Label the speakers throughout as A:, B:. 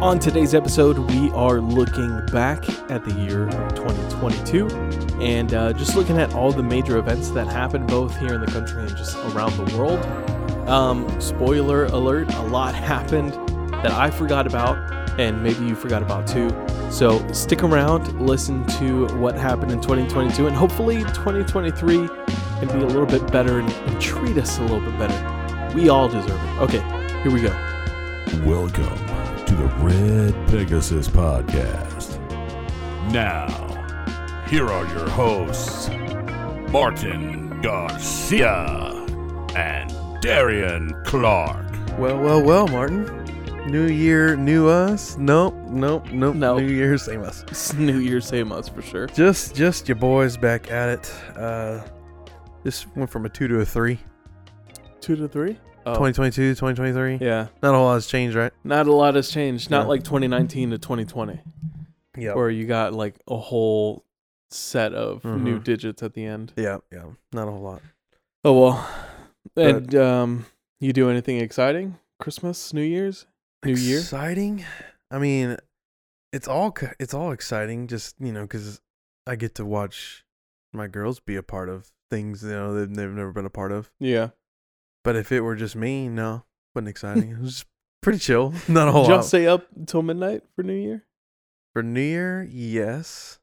A: On today's episode, we are looking back at the year 2022 and uh, just looking at all the major events that happened both here in the country and just around the world. Um, spoiler alert, a lot happened that I forgot about, and maybe you forgot about too. So stick around, listen to what happened in 2022, and hopefully 2023 can be a little bit better and, and treat us a little bit better. We all deserve it. Okay, here we go.
B: Welcome to the Red Pegasus Podcast. Now, here are your hosts, Martin Garcia and Darian Clark.
C: Well, well, well, Martin. New year, new us. Nope, nope, nope.
A: No.
C: New year, same us.
A: It's New Year's same us for sure.
C: Just, just your boys back at it. Uh, this went from a two to a three.
A: Two to three. Oh.
C: 2022, 2023.
A: Yeah,
C: Not a whole lot has changed, right?
A: not a lot has changed. Not
C: Yeah.
A: like 2019 to 2020,
C: Yeah.
A: where you got like a whole set of new
C: Mhm.
A: digits at the end.
C: yeah, yeah. Not a whole lot.
A: Oh well.
C: But-
A: And um, you do anything exciting? Christmas, New Year's, New Year.
C: Exciting. I mean, it's all c- it's all exciting. Just you know, because I get to watch my girls be a part of things you know that they've never been a part of.
A: Yeah,
C: But if it were just me, no, wasn't exciting. it was just pretty chill. Not a whole
A: Did y'all
C: lot.
A: stay up till midnight for New Year?
C: For New Year, yes,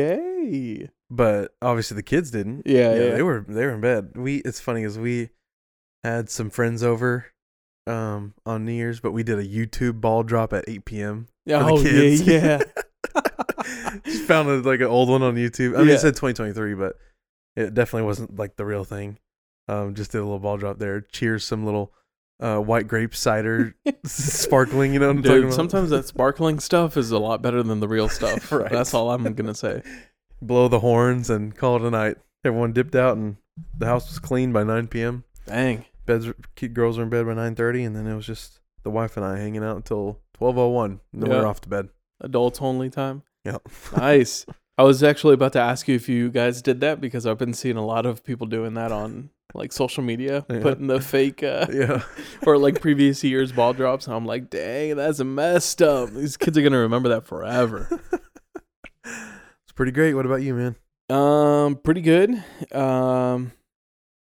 A: Okay.
C: but obviously the kids didn't.
A: Yeah, yeah.
C: they were they were in bed. We it's funny because we had some friends over um on New Year's, but we did a YouTube ball drop at 8 p.m. for
A: oh
C: the kids.
A: yeah,
C: Just found a, like an old one on YouTube. I mean,
A: Yeah.
C: it said 2023, but it definitely wasn't like the real thing. Um, just did a little ball drop there. Cheers, some little uh white grape cider
A: yeah.
C: sparkling. You know what I'm talking
A: Dude,
C: about?
A: sometimes that sparkling stuff is a lot better than the real stuff.
C: Right.
A: That's all I'm gonna say.
C: blow the horns and call it a night. Everyone dipped out, and the house was clean by 9 p.m.
A: Dang.
C: Beds, were- ki- girls were in bed by 9:30, and then it was just the wife and I hanging out until 12:01. And then we
A: Yeah.
C: were off to bed.
A: Adults only time.
C: Yeah,
A: Nice. I was actually about to ask you if you guys did that because I've been seeing a lot of people doing that on like social media,
C: Yeah.
A: putting the fake uh,
C: yeah.
A: or like previous years ball drops. And I'm like, dang, that's messed up. These kids are gonna remember that forever.
C: It's pretty great. What about you, man?
A: Um, pretty good. Um,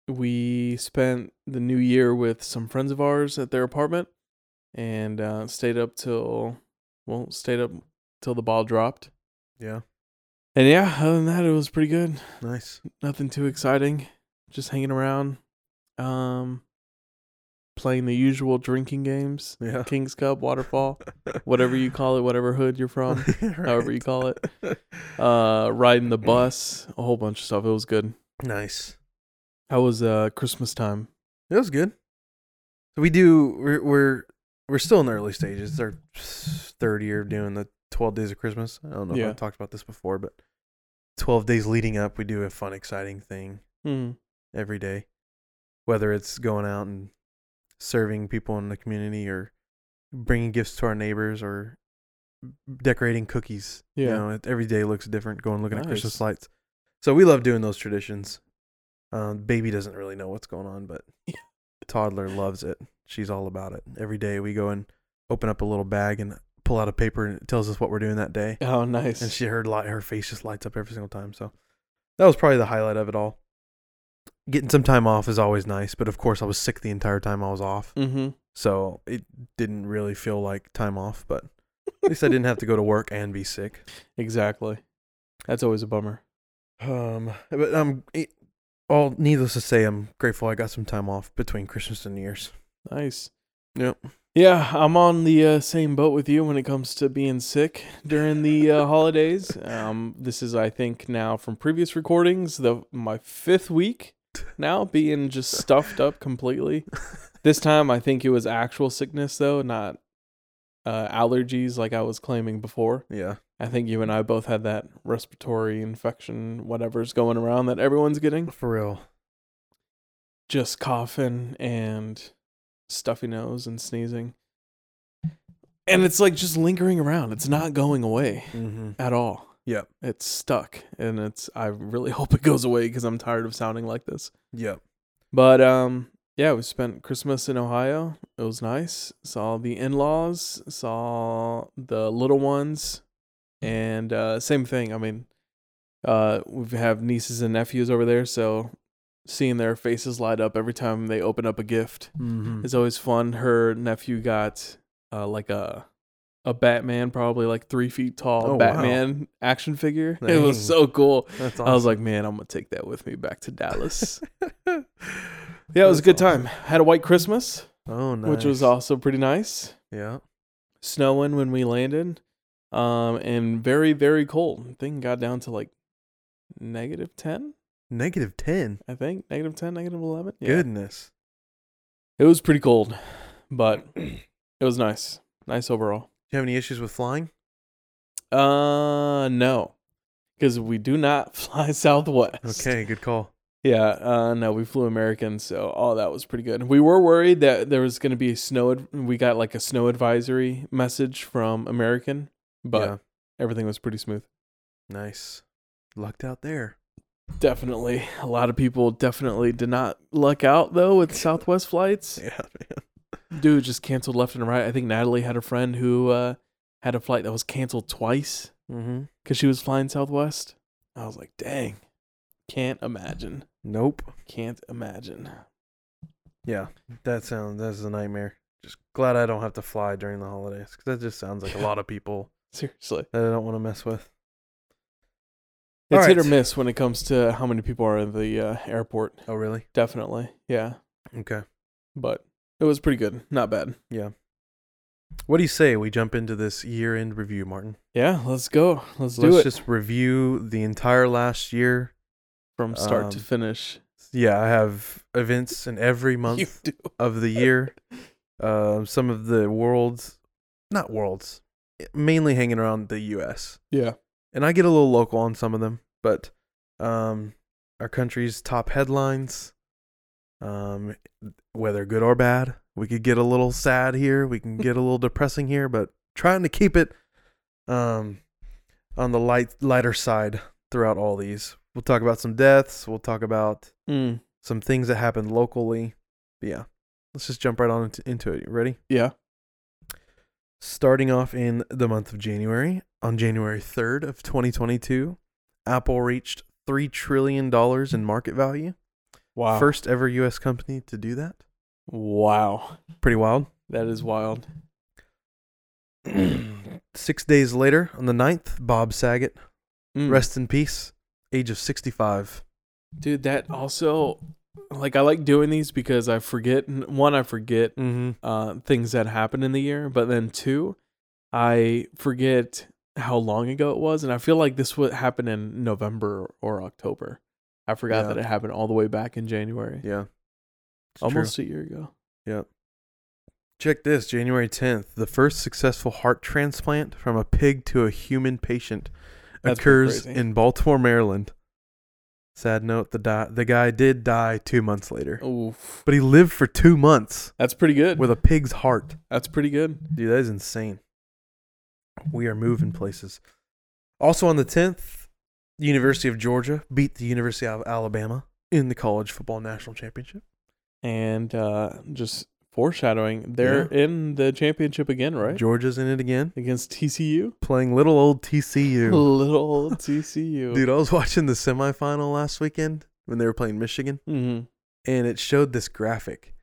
A: we spent the new year with some friends of ours at their apartment, and uh, stayed up till well, stayed up till the ball dropped.
C: Yeah,
A: And yeah, other than that, it was pretty good.
C: nice.
A: Nothing too exciting. Just hanging around. Um, playing the usual drinking games.
C: Yeah,
A: King's Cup, Waterfall, whatever you call it, whatever hood you're from, however you call it. Uh, riding the bus, a whole bunch of stuff. It was good.
C: nice.
A: How was uh Christmas time?
C: It was good. So we do. We're we're we're still in the early stages. It's our third year of doing the twelve days of Christmas. I don't know
A: Yeah.
C: if I talked about this before, but twelve days leading up, we do a fun, exciting thing
A: Hmm.
C: every day. Whether it's going out and serving people in the community, or bringing gifts to our neighbors, or decorating cookies. You
A: Yeah.
C: know, it, every day looks different. Going looking at Christmas
A: Nice.
C: lights. So we love doing those traditions. Um, baby doesn't really know what's going on, but toddler loves it. She's all about it. Every day we go and open up a little bag and pull out a paper and it tells us what we're doing that day.
A: Oh, nice.
C: And she her light her face just lights up every single time. So that was probably the highlight of it all. Getting some time off is always nice, but of course I was sick the entire time I was off.
A: mm-hmm.
C: So it didn't really feel like time off, but at least I didn't have to go to work and be sick.
A: Exactly. That's always a bummer.
C: Um, but um, it, all needless to say, I'm grateful I got some time off between Christmas and New Year's.
A: Nice.
C: Yep.
A: Yeah, I'm on the uh, same boat with you when it comes to being sick during the uh, holidays. Um, this is, I think, now from previous recordings, the my fifth week now being just stuffed up completely. This time, I think it was actual sickness though, not uh, allergies like I was claiming before.
C: Yeah.
A: I think you and I both had that respiratory infection, whatever's going around that everyone's getting.
C: For real.
A: Just coughing and stuffy nose and sneezing. And it's like just lingering around. It's not going away
C: Mm-hmm.
A: at all.
C: Yep.
A: It's stuck. And it's I really hope it goes away because I'm tired of sounding like this.
C: Yep.
A: But um yeah, we spent Christmas in Ohio. It was nice. Saw the in laws, saw the little ones, and uh, same thing. I mean, uh, we have nieces and nephews over there, so seeing their faces light up every time they open up a gift
C: Mm-hmm.
A: is always fun. Her nephew got uh, like a a Batman, probably like three feet tall
C: Oh, wow.
A: Batman action figure. It was
C: Dang.
A: so cool.
C: That's
A: I was like, man, I'm gonna take that with me back to Dallas.
C: like,
A: yeah, it was a good time. Had a white Christmas,
C: Oh, nice.
A: which was also pretty nice.
C: Yeah.
A: Snowing when we landed, um, and very very cold. I think it got down to like negative ten,
C: Negative 10.
A: I think negative ten, negative eleven. Yeah.
C: Goodness.
A: It was pretty cold, but it was nice. Nice overall.
C: Do you have any issues with flying?
A: Uh, no, because we do not fly Southwest.
C: Okay, good call.
A: Yeah, uh, no, we flew American, so all that was pretty good. We were worried that there was going to be a snow. Ad- we got like a snow advisory message from American, but
C: yeah.
A: everything was pretty smooth.
C: Nice. Lucked out there.
A: Definitely, a lot of people definitely did not luck out though with Southwest flights.
C: Yeah, man.
A: Dude just canceled left and right. I think Natalie had a friend who uh, had a flight that was canceled twice
C: Mm-hmm.
A: because she was flying Southwest. I was like, dang, can't imagine,
C: Nope.
A: can't imagine.
C: Yeah, that sounds that's a nightmare. Just glad I don't have to fly during the holidays because that just sounds like a
A: Yeah.
C: lot of people
A: Seriously.
C: that I don't want to mess with. All
A: It's hit or
C: right.
A: miss when it comes to how many people are in the uh, airport.
C: Oh, really?
A: Definitely, yeah.
C: Okay.
A: But it was pretty good, not bad.
C: What do you say we jump into this year-end review, Martin?
A: Yeah, let's go. Let's do
C: Let's
A: it
C: just review the entire last year.
A: from start to
C: um,
A: finish.
C: Yeah, I have events in every
A: You
C: month
A: do.
C: of the year. Uh, some of the world's, not worlds, mainly hanging around the U.S.
A: Yeah,
C: and I get a little local on some of them, but um, our country's top headlines, um, whether good or bad, we could get a little sad here, we can get a little depressing here, but trying to keep it um, on the light lighter side throughout all these. We'll talk about some deaths. We'll talk about
A: mm,
C: some things that happened locally. But yeah, let's just jump right on into, into it. You ready?
A: yeah.
C: Starting off in the month of January, on January 3rd of 2022, Apple reached 3 trillion dollars in market value.
A: Wow.
C: First ever US company to do that.
A: wow,
C: Pretty wild.
A: that is wild.
C: 6 days later, on the 9th, Bob Saget,
A: Mm.
C: rest in peace, age of 65.
A: dude. That also, like, I like doing these because I forget. One, I forget
C: Mhm.
A: uh, things that happened in the year, but then two, I forget how long ago it was, and I feel like this would happen in November or October. I forgot
C: Yeah.
A: that it happened all the way back in January,
C: Yeah. It's true.
A: almost a year ago.
C: Check this January 10th. The first successful heart transplant from a pig to a human patient
A: That's pretty
C: occurs
A: crazy.
C: in Baltimore, Maryland. Sad note the, di- the guy did die two months later,
A: Oof,
C: but he lived for two months
A: that's pretty good.
C: with a pig's heart.
A: That's pretty good.
C: Dude, that is insane. We are moving places. Also on the 10th, the University of Georgia beat the University of Alabama in the college football national championship.
A: And uh, just foreshadowing, they're in the championship again, right?
C: Georgia's in it again,
A: Against TCU,
C: playing little old TCU.
A: little old TCU,
C: Dude, I was watching the semifinal last weekend when they were playing Michigan,
A: hmm
C: and it showed this graphic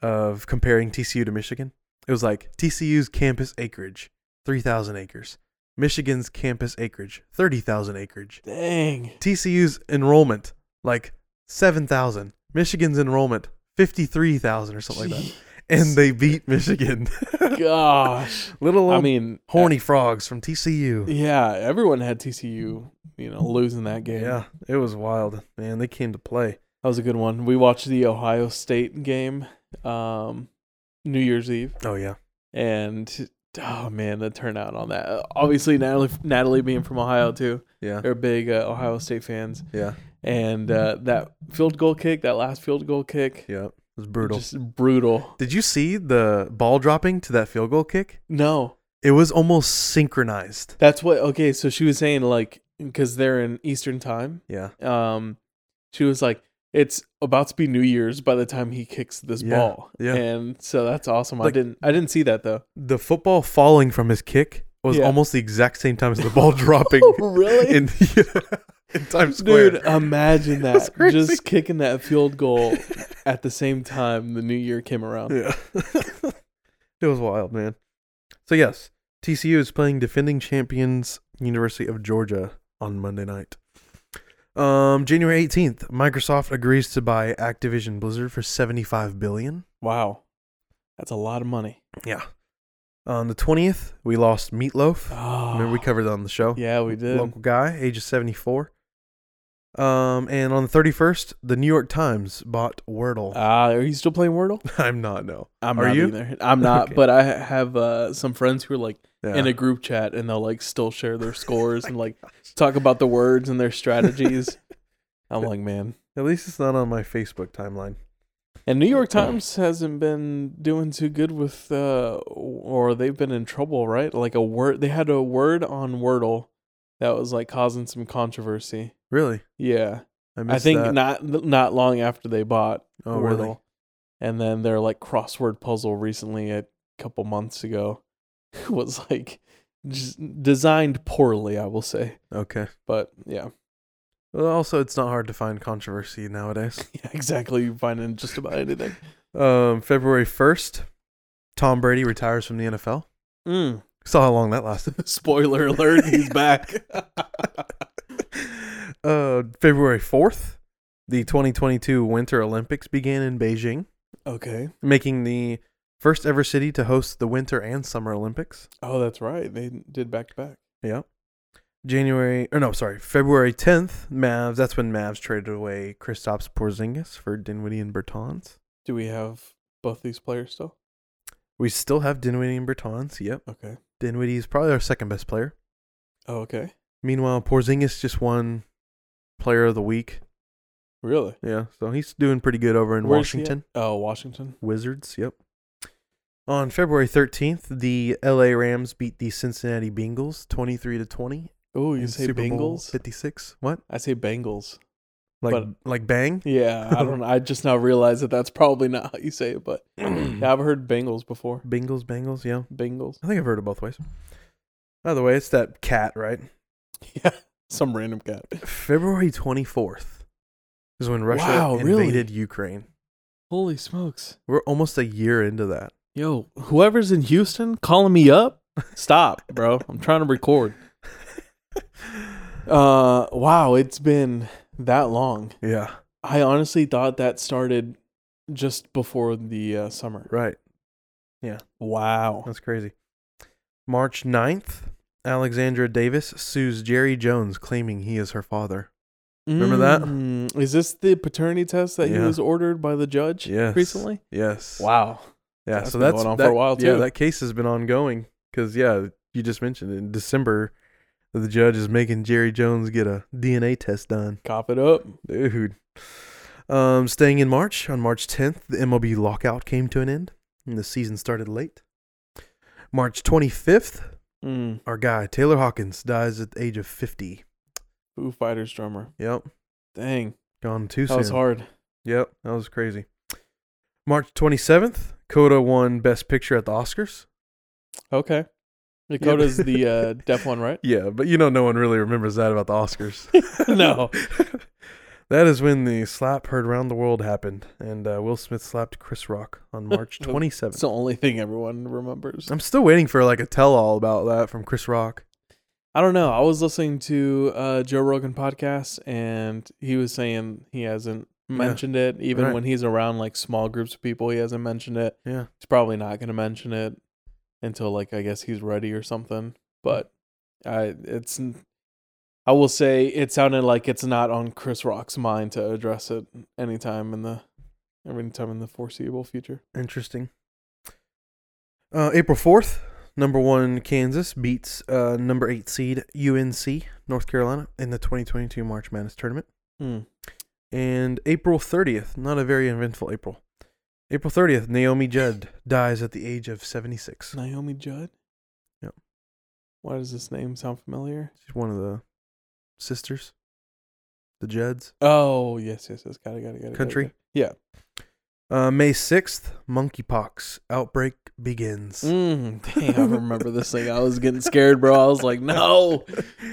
C: of comparing TCU to Michigan. It was like TCU's campus acreage, 3,000 acres. Michigan's campus acreage, 30,000 acreage.
A: Dang,
C: TCU's enrollment, like 7,000. Michigan's enrollment, 53,000 or something like that. And they beat Michigan.
A: gosh.
C: Little old
A: I mean,
C: horny frogs from TCU.
A: Yeah, everyone had TCU, you know, losing that game.
C: Yeah, it was wild. Man, they came to play.
A: That was a good one. We watched the Ohio State game um New Year's Eve
C: Oh, yeah.
A: and oh man, the turnout on that. Uh, Obviously Natalie Natalie being from Ohio too.
C: Yeah.
A: They're big uh, Ohio State fans
C: Yeah.
A: and uh, that field goal kick, that last field goal kick
C: Yeah, it was brutal.
A: just brutal.
C: Did you see the ball dropping to that field goal kick?
A: No.
C: It was almost synchronized.
A: That's what okay, so she was saying like cuz they're in Eastern time.
C: Yeah.
A: um she was like it's about to be New Year's by the time he kicks this
C: Yeah,
A: ball.
C: yeah.
A: And so that's awesome. I
C: Like-
A: didn't I didn't see that though.
C: The football falling from his kick was
A: Yeah.
C: almost the exact same time as the ball dropping
A: really?
C: in, in Times Square.
A: Dude, imagine
C: That's
A: that.
C: crazy.
A: Just kicking that field goal at the same time the new year came around.
C: Yeah. it was wild, man. So, yes, TCU is playing defending champions University of Georgia on Monday night. Um, January 18th, Microsoft agrees to buy Activision Blizzard for 75 billion.
A: Wow. That's a lot of money.
C: Yeah. On the 20th, we lost Meatloaf.
A: Oh,
C: Remember we covered that on the show?
A: yeah, we did.
C: Local guy, age of 74. Um, and on the 31st, the New York Times bought Wordle.
A: Ah, are you still playing Wordle?
C: I'm not, no.
A: I'm
C: Are
A: not
C: you?
A: either. I'm not,
C: Okay.
A: but I have uh, some friends who are like
C: Yeah.
A: in a group chat and they'll like still share their scores and like talk about the words and their strategies. I'm like, man.
C: At least it's not on my Facebook timeline.
A: And New York Times hasn't been doing too good with, uh, or they've been in trouble, right? Like a word, they had a word on Wordle that was like causing some controversy.
C: Really?
A: Yeah, I
C: missed
A: think
C: that.
A: not not long after they bought
C: Oh,
A: Wordle,
C: really?
A: and then their like crossword puzzle recently a couple months ago was like just designed poorly, I will say.
C: Okay.
A: But yeah,
C: Well, also, it's not hard to find controversy nowadays.
A: yeah exactly. You can find in just about anything.
C: Um, February 1st, Tom Brady retires from the NFL.
A: Mm.
C: Saw how long that lasted.
A: Spoiler alert: He's back.
C: uh, February 4th, the 2022 Winter Olympics began in Beijing,
A: okay.
C: making the first ever city to host the Winter and Summer Olympics.
A: Oh, that's right. They did back to back.
C: Yeah. January, or no, sorry, February 10th, Mavs. That's when Mavs traded away Kristaps Porzingis for Dinwiddie and Bertans.
A: Do we have both these players still?
C: We still have Dinwiddie and Bertans. Yep.
A: Okay.
C: Dinwiddie is probably our second best player.
A: Oh, okay.
C: Meanwhile, Porzingis just won Player of the Week.
A: Really?
C: Yeah, so he's doing pretty good over in
A: Where's he at?
C: Washington.
A: Oh, Washington.
C: Wizards. Yep. On February 13th, the LA Rams beat the Cincinnati Bengals 23 to 20.
A: Oh, you
C: in
A: say
C: Super Bowl
A: Bengals?
C: 56. What?
A: I say Bengals.
C: Like
A: But-
C: like bang?
A: Yeah, I don't. I just now realized that that's probably not how you say it, but yeah, I've heard Bengals before.
C: Bengals, Bengals, yeah.
A: Bengals.
C: I think I've heard it both ways. By the way, it's that cat, right?
A: Yeah, some random cat.
C: February 24th is when Russia
A: Wow, really?
C: invaded Ukraine.
A: Holy smokes!
C: We're almost a year into that.
A: Yo, whoever's in Houston calling me up, stop, bro. I'm trying to record. Uh, wow, it's been that long.
C: yeah,
A: I honestly thought that started just before the uh, summer.
C: right.
A: Wow.
C: That's crazy. March 9th, Alexandra Davis sues Jerry Jones claiming he is her father. Remember that?
A: that? Mm. Is this the paternity test that he
C: Yeah.
A: was ordered by the judge
C: Yes.
A: recently?
C: Yes.
A: Wow.
C: Yeah,
A: That's
C: so
A: been
C: that's
A: going on for
C: that,
A: a while,
C: Yeah,
A: too.
C: that case has been ongoing cuz yeah, you just mentioned in December the judge is making Jerry Jones get a DNA test done.
A: Cop it up.
C: Dude. Um, staying in March, on March 10th, the MLB lockout came to an end, and the season started late. March 25th,
A: Mm.
C: our guy Taylor Hawkins dies at the age of 50.
A: Foo Fighters drummer.
C: Yep,
A: Dang,
C: gone too
A: that
C: soon.
A: was hard.
C: Yep, that was crazy. March 27th, Coda won Best Picture at the Oscars.
A: Okay, Dakota's the uh, deaf one, right?
C: Yeah, but you know, no one really remembers that about the Oscars.
A: No.
C: that is when the slap heard around the world happened, and uh, Will Smith slapped Chris Rock on March 27th.
A: It's the only thing everyone remembers.
C: I'm still waiting for like a tell all about that from Chris Rock.
A: I don't know. I was listening to uh, Joe Rogan podcast, and he was saying he hasn't mentioned it, even
C: right.
A: when he's around like small groups of people. He hasn't mentioned it.
C: Yeah.
A: He's probably not going to mention it until like I guess he's ready or something. But I, it's. n- I will say it sounded like it's not on Chris Rock's mind to address it anytime in the, anytime in the foreseeable future.
C: Interesting. Uh, April 4th, number one Kansas beats uh, number eight seed UNC North Carolina in the 2022 March Madness tournament.
A: Hmm.
C: And April 30th, not a very eventful April. April 30th, Naomi Judd dies at the age of 76.
A: Naomi Judd.
C: Yep.
A: Why does this name sound familiar?
C: She's one of the sisters. the Jeds.
A: Oh yes, yes, yes. Got it, got it, got it, got it.
C: Country?
A: got it.
C: Uh, May 6th, monkeypox outbreak begins.
A: Yeah. Mm, dang, I remember this thing. I was getting scared, bro. I was like, no,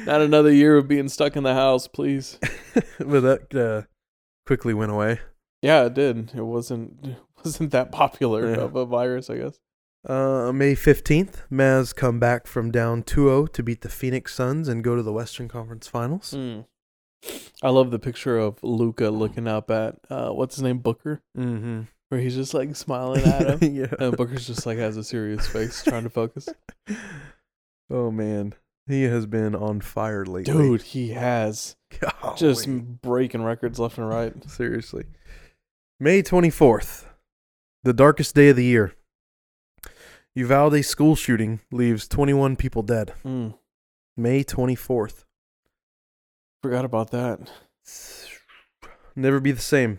A: not another year of being stuck in the house, please.
C: but that uh, quickly went away.
A: Yeah, it did. It wasn't it wasn't that popular
C: Yeah.
A: of a virus, I guess.
C: Uh, May 15th, Mavs come back from down 2-0 to beat the Phoenix Suns and go to the Western Conference Finals.
A: I love the picture of Luca looking up at uh, what's his name, Booker,
C: Mm-hmm.
A: where he's just like smiling Mm. at Um, him,
C: yeah.
A: and Booker's just like has a serious face, trying to focus.
C: Oh man, he has been on fire lately.
A: Dude, he has just
C: Golly.
A: breaking records left and right.
C: seriously. May 24th, the darkest day of the year. Uvalde school shooting leaves 21 people dead.
A: Mm,
C: May 24th.
A: forgot about that.
C: Never be the same.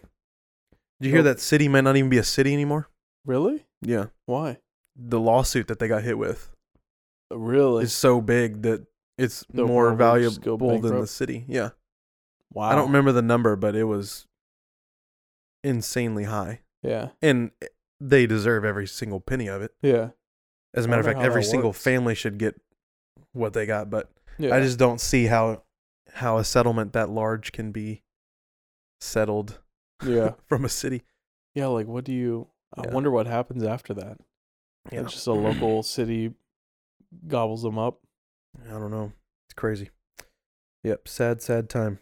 C: Did you hear
A: Nope.
C: that city might not even be a city anymore?
A: Really?
C: Yeah.
A: Why?
C: The lawsuit that they got hit with
A: Really?
C: is so big that it's
A: They'll
C: more
A: probably just go
C: valuable than the
A: bankrupt.
C: city. Yeah.
A: wow.
C: I don't remember the number, but it was insanely high.
A: Yeah.
C: And they deserve every single penny of it.
A: Yeah.
C: As a
A: I
C: matter
A: wonder
C: of fact,
A: how
C: every
A: that
C: single
A: works.
C: family should get what they got, but
A: Yeah.
C: I just don't see how how a settlement that large can be settled
A: yeah.
C: from a city.
A: Yeah, like what do you I
C: Yeah.
A: wonder what happens after that.
C: Yeah.
A: It's just a local city gobbles them up.
C: I don't know. It's crazy. Yep, sad sad time.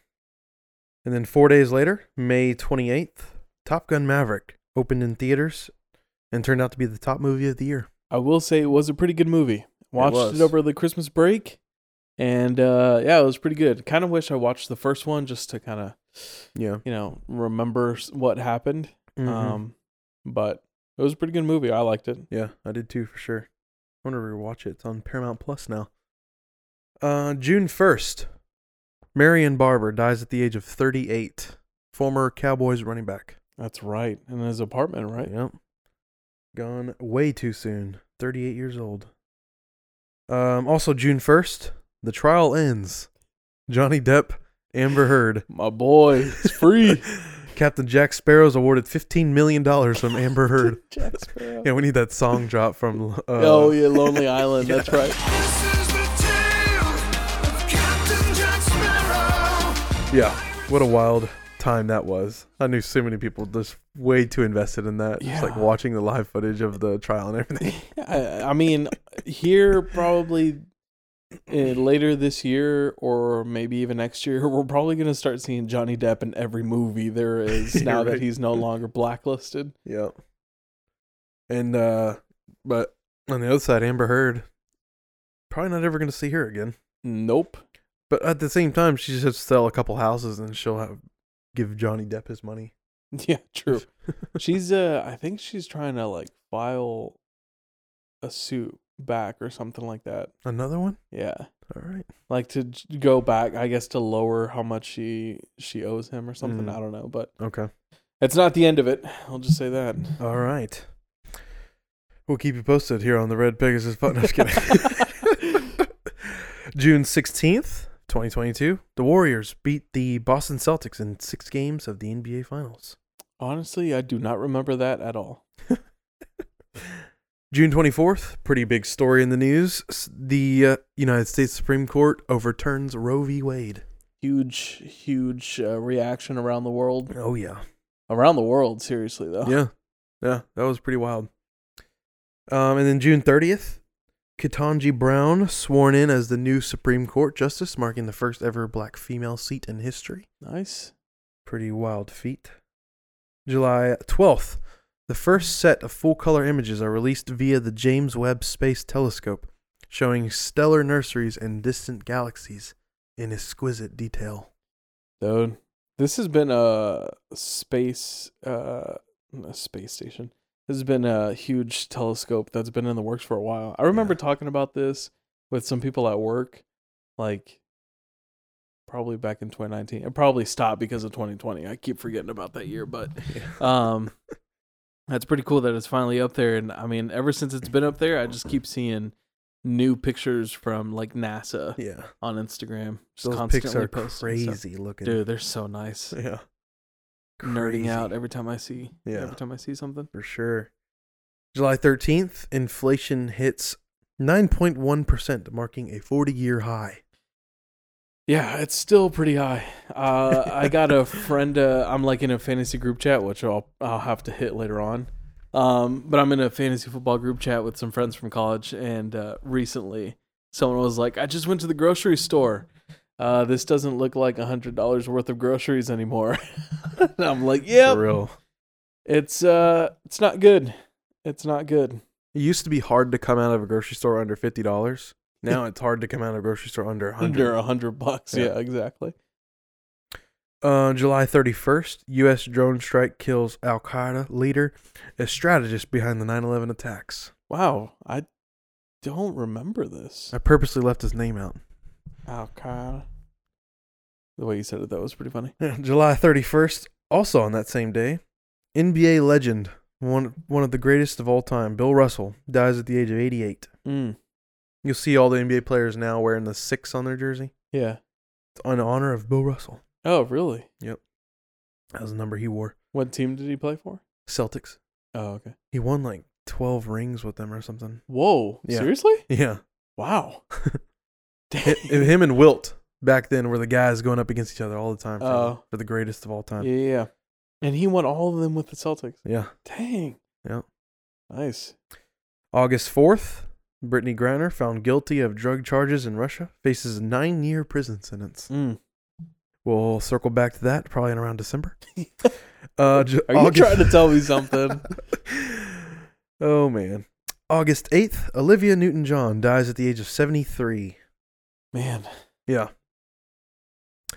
C: And then 4 days later, May 28th, Top Gun Maverick opened in theaters and turned out to be the top movie of the year.
A: I will say it was a pretty good movie. Watched it,
C: was.
A: over the Christmas break. And uh yeah, it was pretty good. Kind of wish I watched the first one just to kind of,
C: Yeah.
A: you know, remember s- what happened.
C: Um
A: Um but it was a pretty good movie. I liked it.
C: Yeah, I did too for sure. I wonder if we watch it. It's on Paramount Plus now. Uh, June first, Marion Barber dies at the age of thirty-eight. Former Cowboys running back.
A: That's right. In his apartment, right?
C: Yep. Gone way too soon. Thirty-eight years old. Um, also June first, the trial ends. Johnny Depp, Amber Heard.
A: My boy, it's free.
C: Captain Jack Sparrow's awarded fifteen million dollars from Amber Heard.
A: Jack Sparrow.
C: Yeah, we need that song drop from. Uh,
A: oh yeah, Lonely Island. That's right.
D: This is the tale of Captain Jack Sparrow.
C: Yeah, what a wild time that was. I knew so many people just way too invested in that. Just like
A: Yeah.
C: watching the live footage of the trial and everything.
A: I, I mean, here probably uh, later this year or maybe even next year, we're probably going to start seeing Johnny Depp in every movie there is now
C: Right.
A: that he's no longer blacklisted.
C: Yep. And uh but on the other side, Amber Heard probably not ever gonna see her again.
A: Nope.
C: But at the same time, she just has to sell a couple houses and she'll have give Johnny Depp his money.
A: Yeah, true. She's uh I think she's trying to like file a suit back or something like that.
C: Another one?
A: Yeah.
C: All right.
A: Like to j- go back, I guess to lower how much she she owes him or something,
C: Mm.
A: I don't know, but
C: Okay.
A: it's not the end of it. I'll just say that.
C: All right. We'll keep you posted here on the Red Pegasus button. I'm just kidding. June 16th, 2022, the Warriors beat the Boston Celtics in six games of the NBA Finals.
A: Honestly, I do not remember that at all.
C: June 24th, pretty big story in the news. S- The uh, United States Supreme Court overturns Roe v. Wade.
A: Huge, huge uh, reaction around the world.
C: Oh, yeah.
A: Around the world, seriously though.
C: Yeah. Yeah. That was pretty wild. Um, and then June 30th, Katanji Brown sworn in as the new Supreme Court Justice, marking the first ever black female seat in history.
A: Nice.
C: Pretty wild feat. July 12th, the first set of full color images are released via the James Webb Space Telescope, showing stellar nurseries and distant galaxies in exquisite detail.
A: Dude, this has been a space uh a space station. This has been a huge telescope that's been in the works for a while. I remember
C: Yeah.
A: talking about this with some people at work like probably back in 2019. It probably stopped because of 2020. I keep forgetting about that year, but um that's pretty cool that it's finally up there and i mean ever since it's been up there i just keep seeing new pictures from like NASA
C: Yeah.
A: on Instagram. Just
C: Those pics
A: constantly
C: are
A: posting stuff.
C: crazy looking.
A: Dude, they're so nice.
C: Yeah.
A: Nerding out
C: Crazy,
A: every time I see
C: Yeah.
A: every time I see something.
C: for sure. July 13th, inflation hits 9.1%, marking a 40 year high.
A: Yeah, it's still pretty high. Uh, I got a friend. Uh, I'm like in a fantasy group chat, which I'll I'll have to hit later on. Um, but I'm in a fantasy football group chat with some friends from college, and uh, recently someone was like, "I just went to the grocery store. Uh, this doesn't look like hundred dollars worth of groceries anymore." and I'm like,
C: For
A: "Yep,
C: real.
A: it's uh, it's not good. It's not good."
C: It used to be hard to come out of a grocery store under $50. Now it's hard to come out of a grocery store under 100
A: Under a hundred bucks.
C: Yeah.
A: yeah, exactly.
C: Uh, July 31st, U.S. drone strike kills Al Qaeda leader, a strategist behind the 9 11 attacks.
A: Wow, I don't remember this.
C: I purposely left his name out.
A: Al Qaeda. Oh, The way you said it, though, was pretty funny.
C: Yeah, July 31st, also on that same day, NBA legend, one, one of the greatest of all time, Bill Russell, dies at the age of 88.
A: Mm,
C: You'll see all the NBA players now wearing the six on their jersey
A: yeah.
C: It's in honor of Bill Russell.
A: Oh, really?
C: That was the number he wore.
A: What team did he play for?
C: Celtics.
A: Oh, okay.
C: He won like 12 rings with them or something.
A: Whoa.
C: Yeah.
A: Seriously?
C: Yeah.
A: Wow. Dang.
C: Hi- him and Wilt back then were the guys going up against each other all the time for, the-
A: Oh.
C: for the greatest of all
A: yeah,
C: time. Yeah.
A: yeah. yeah. And he won all of them with the Celtics. Dang.
C: Yeah.
A: Nice.
C: August 4th, Brittany Griner found guilty of drug charges in Russia, faces nine year prison sentence.
A: Mm.
C: We'll circle back to that probably in around December. Uh, Ju-
A: Are you
C: August-
A: trying to tell me something?
C: oh, man. August 8th, Olivia Newton John dies at the age of 73.
A: Man,
C: Yeah.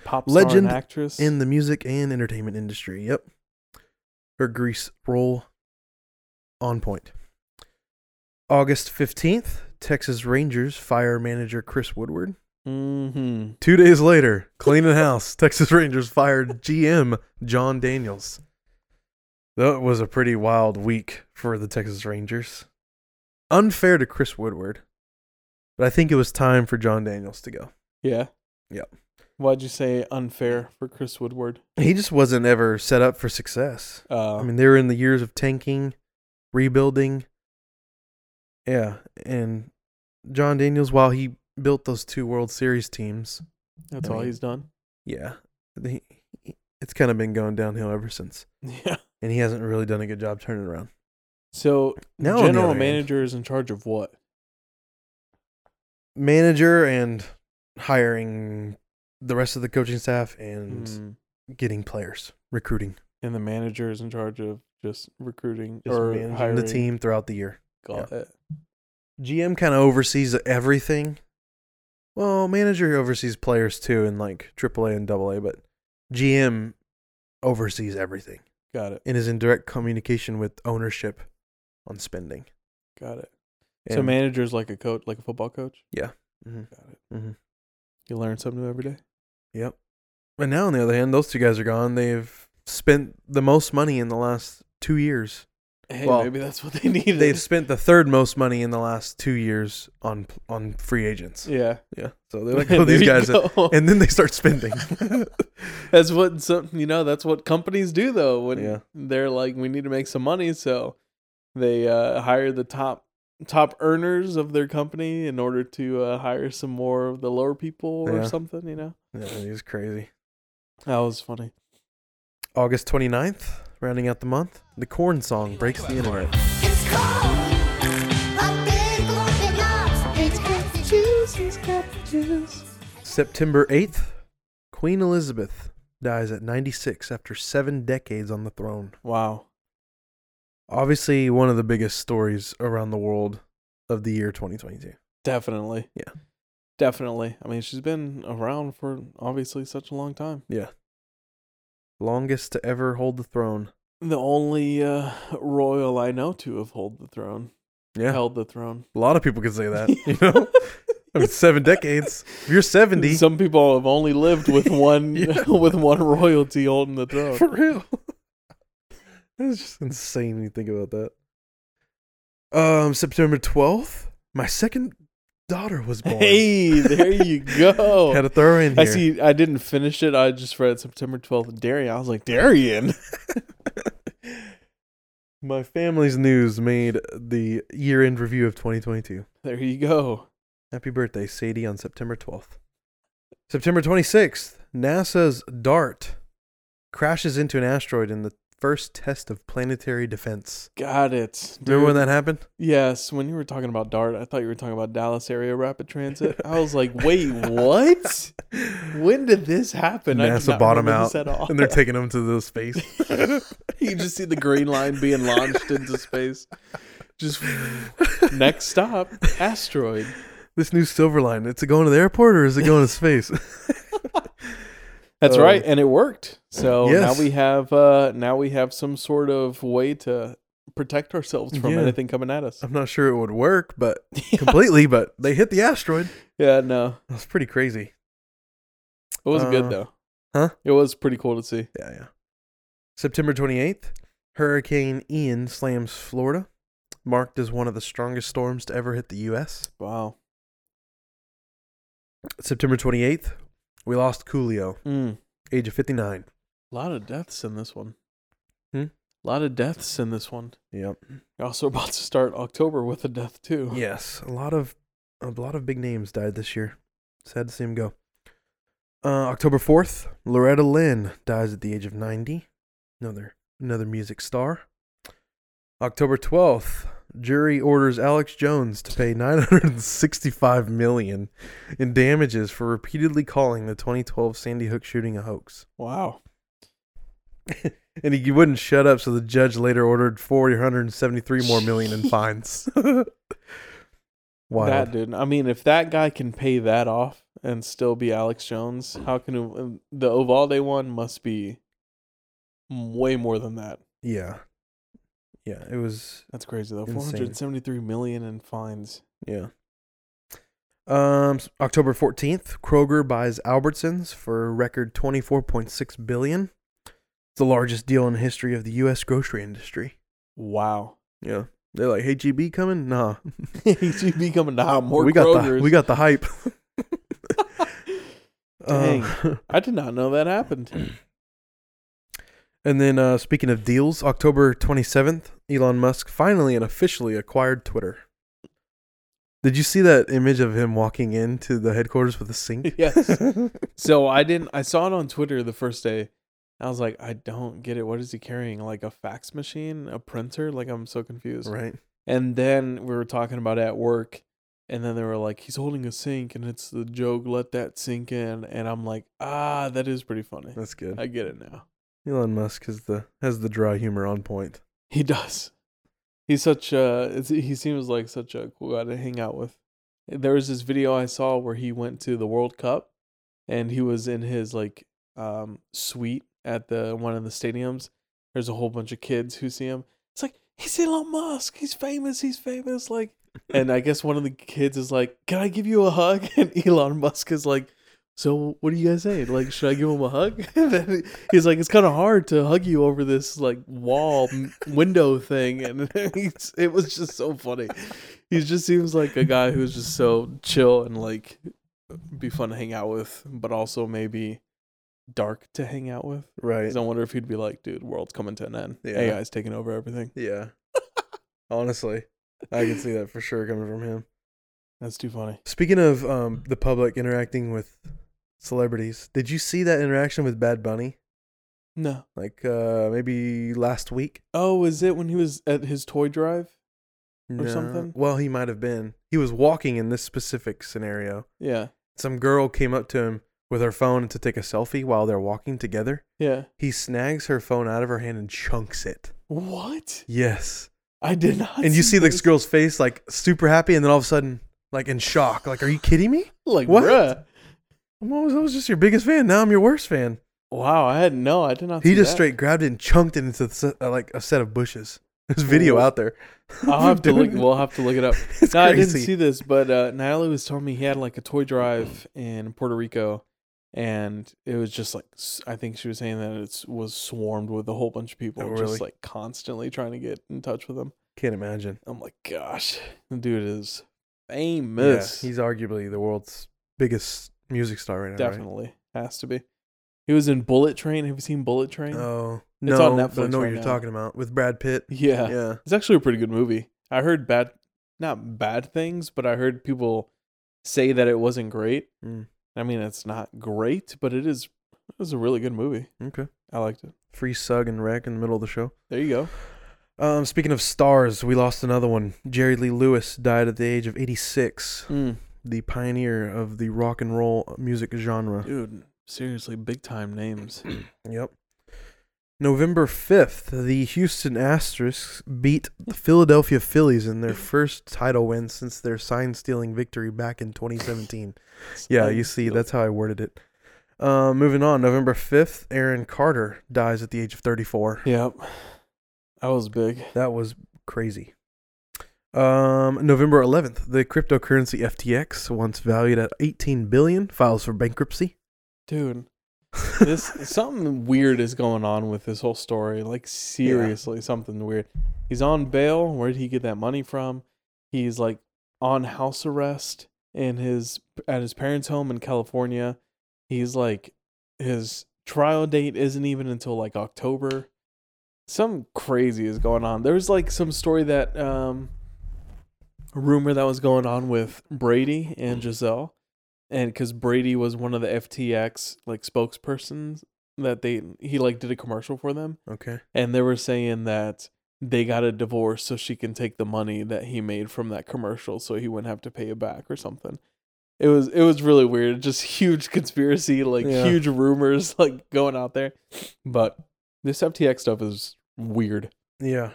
A: pop star
C: Legend
A: and actress.
C: In the music and entertainment industry. Yep. Her Grease role on point. August 15th, Texas Rangers fire manager Chris Woodward.
A: mm-hmm.
C: Two days later, cleaning house, Texas Rangers fired GM John Daniels. That was a pretty wild week for the Texas Rangers. Unfair to Chris Woodward, but I think it was time for John Daniels to go.
A: Yeah.
C: Yep.
A: Why'd you say unfair for Chris Woodward?
C: He just wasn't ever set up for success.
A: Uh,
C: I mean, they were in the years of tanking, rebuilding. Yeah, and John Daniels, while he built those two World Series teams,
A: that's
C: I
A: all
C: mean-
A: he's done.
C: yeah, he, he- it's kind of been going downhill ever since.
A: Yeah.
C: and he hasn't really done a good job turning it around.
A: So,
C: Now, on the
A: general
C: other hand-
A: manager is in charge of what?
C: Manager and hiring the rest of the coaching staff and
A: Mm.
C: getting players, recruiting,
A: and the manager is in charge of just recruiting
C: just
A: or
C: managing
A: hiring
C: the team throughout the year.
A: Got it.
C: GM kind of oversees everything. Well, manager oversees players too in like AAA and AA, but GM oversees everything
A: Got it.
C: and is in direct communication with ownership on spending.
A: Got it. so
C: And-
A: manager is like a coach, like a football coach.
C: Mhm.
A: Got it.
C: Mhm.
A: You learn something new every day.
C: Yep. But now, on the other hand, those two guys are gone. They've spent the most money in the last two years.
A: Hey,
C: Well,
A: maybe that's what they needed.
C: They've spent the third most money in the last two years on on free agents.
A: yeah.
C: Yeah. So they let go of these
A: There you
C: guys,
A: go.
C: and then they start spending.
A: that's what some you know. That's what companies do though. When
C: Yeah.
A: they're like, we need to make some money, so they uh, hire the top top earners of their company in order to uh, hire some more of the lower people or
C: Yeah.
A: something. You know,
C: yeah, he's crazy.
A: that was funny.
C: August 29th, rounding out the month, the Corn song breaks the internet.
E: It's cold. I've been blowing up. It's got the juice. It's got the juice.
C: September 8th, Queen Elizabeth dies at 96 after seven decades on the throne.
A: Wow.
C: obviously one of the biggest stories around the world of the year 2022.
A: Definitely.
C: Yeah.
A: Definitely. I mean, she's been around for obviously such a long time.
C: Longest to ever hold the throne.
A: The only uh, royal I know to have hold the throne,
C: Yeah,
A: held the throne.
C: a lot of people could say that. You know, I mean, seven decades. If you're 70,
A: Some people have only lived with one
C: Yeah.
A: with one royalty holding the throne.
C: for real. That's just insane when you think about that. Um, September 12th, my second daughter was born.
A: Hey, there you go.
C: Had to throw in here.
A: I see. I didn't finish it. I just read September 12th, Darien. I was like, Darien.
C: My family's news made the year end review of 2022.
A: There you go.
C: Happy birthday, Sadie, on September 12th. September 26th, NASA's DART crashes into an asteroid in the first test of planetary defense.
A: Got it.
C: Remember when
A: dude.
C: that happened?
A: Yes, when you were talking about DART, I thought you were talking about Dallas area rapid transit. I was like, wait, what? When did this happen? I did
C: NASA
A: not
C: bought him
A: remember
C: out,
A: this at all.
C: and they're taking him to the space.
A: you just see the green line being launched into space. Just next stop, asteroid.
C: this new Silver Line, it's going to the airport or is it going to space?
A: That's
C: Uh,
A: right, and it worked. So
C: Yes.
A: now we have uh now we have some sort of way to protect ourselves from
C: Yeah. Um,
A: anything coming at us.
C: I'm not sure it would work, but completely. But they hit the asteroid.
A: Yeah, no.
C: That's pretty crazy.
A: It was
C: Uh,
A: good though.
C: huh?
A: It was pretty cool to see.
C: Yeah, yeah. September 28th, Hurricane Ian slams Florida, marked as one of the strongest storms to ever hit the U.S.
A: Wow.
C: September 28th, we lost Coolio,
A: Mm.
C: age of 59.
A: A lot of deaths in this one.
C: Hmm?
A: A lot of deaths in this one.
C: Yep.
A: You're also about to start October with a death too.
C: Yes, a lot of a lot of big names died this year. Sad to see him go. Uh, October 4th, Loretta Lynn dies at the age of 90. Another another music star. October 12th, jury orders Alex Jones to pay 965 million in damages for repeatedly calling the 2012 Sandy Hook shooting a hoax.
A: Wow.
C: And he wouldn't shut up, so the judge later ordered 473 more million in fines. Wild.
A: That dude. I mean, if that guy can pay that off and still be Alex Jones, how can it, um, the Ovalde one must be way more than that?
C: Yeah. Yeah, it was
A: That's crazy though.
C: Insane.
A: Four hundred seventy-three million in fines.
C: yeah. Um s- October 14th, Kroger buys Albertsons for a record 24.6 billion. It's the largest deal in the history of the US grocery industry.
A: Wow.
C: Yeah. They're like, "Hey GB coming?" Nah.
A: HEB coming down more
C: we
A: we
C: got the we got the hype.
A: Dang.
C: Uh,
A: I did not know that happened.
C: and then uh speaking of deals, October 27th, Elon Musk finally and officially acquired Twitter. Did you see that image of him walking into the headquarters with a sink?
A: yes. So I didn't. I saw it on Twitter the first day. I was like, I don't get it. What is he carrying? Like a fax machine, a printer? Like I'm so confused.
C: right.
A: And then we were talking about it at work, and then they were like, he's holding a sink, and it's the joke. Let that sink in. And I'm like, ah, that is pretty funny.
C: That's good.
A: I get it now.
C: Elon Musk has the has the dry humor on point.
A: He does. He's such a. It's, he seems like such a cool guy to hang out with. There was this video I saw where he went to the World Cup, and he was in his like um suite at the one of the stadiums. There's a whole bunch of kids who see him. It's like he's Elon Musk. He's famous. He's famous. Like, and I guess one of the kids is like, "Can I give you a hug?" And Elon Musk is like. So what do you guys say? Like, should I give him a hug? And then he's like, it's kind of hard to hug you over this like wall m- window thing, and he's, it was just so funny. He just seems like a guy who's just so chill and like be fun to hang out with, but also maybe dark to hang out with.
C: Right.
A: 'Cause I wonder if he'd be like, dude, world's coming to an end.
C: Yeah.
A: AI's taking over everything.
C: Yeah. Honestly, I can see that for sure coming from him.
A: That's too funny.
C: Speaking of um, the public interacting with celebrities, did you see that interaction with Bad Bunny?
A: No.
C: Like uh, maybe last week
A: Oh, is it when he was at his toy drive? Or something?
C: Well, he might have been. He was walking in this specific scenario.
A: Yeah.
C: Some girl came up to him with her phone to take a selfie while they're walking together.
A: Yeah.
C: He snags her phone out of her hand and chunks it.
A: What?
C: Yes.
A: I did not.
C: and you see this
A: this.
C: girl's face like super happy and then all of a sudden like in shock like are you kidding me
A: Like,
C: What?
A: bruh.
C: I was, I was just your biggest fan now i'm your worst fan
A: Wow, I had no, I did not.
C: he
A: see
C: just
A: that.
C: straight grabbed it and chunked it into the, se- uh, like a set of bushes there's video
A: Ooh.
C: out there
A: I'll have to look.
C: Dude,
A: We'll have to look it up.
C: it's
A: no, I
C: crazy.
A: didn't see this, but uh, Natalie was telling me he had like a toy drive in Puerto Rico, and it was just like s- I think she was saying that it was swarmed with a whole bunch of people,
C: Oh, really?
A: just like constantly trying to get in touch with him.
C: can't imagine
A: I'm like, gosh, the dude is famous.
C: Yeah, he's arguably the world's biggest music star right now. right?
A: Definitely has to be. He was in Bullet Train. Have you seen Bullet Train?
C: Oh no,
A: It's on
C: but I
A: Netflix
C: know what
A: right
C: you're
A: now.
C: talking about with Brad Pitt.
A: yeah.
C: yeah.
A: It's actually a pretty good movie. I heard bad, not bad things, but I heard people say that it wasn't great.
C: Mm.
A: I mean, it's not great, but it is. It was a really good movie.
C: Okay.
A: I liked it.
C: Free sug and wreck in the middle of the show.
A: There you go.
C: Um, speaking of stars, we lost another one. Jerry Lee Lewis died at the age of 86. The pioneer of the rock and roll music genre.
A: Dude, seriously, big time names.
C: Yep. November 5th, the Houston Asterisks beat the Philadelphia Phillies in their first title win since their sign stealing victory back in 2017. yeah, you see, that's how I worded it. Uh, moving on, November 5th, Aaron Carter dies at the age of 34.
A: Yep. That was big.
C: That was crazy. Um, November 11th, the cryptocurrency FTX, once valued at 18 billion, files for bankruptcy.
A: Dude, this something weird is going on with this whole story. Like seriously, something weird. He's on bail. Where did he get that money from? He's like on house arrest in his at his parents' home in California. He's like his trial date isn't even until like October. Some crazy is going on. There's like some story that um rumor that was going on with Brady and Giselle and because Brady was one of the FTX like spokespersons that they he like did a commercial for them,
C: Okay.
A: and they were saying that they got a divorce so she can take the money that he made from that commercial, so he wouldn't have to pay it back or something. It was it was really weird, just huge conspiracy, like
C: Yeah.
A: huge rumors like going out there. But this FTX stuff is weird.
C: Yeah.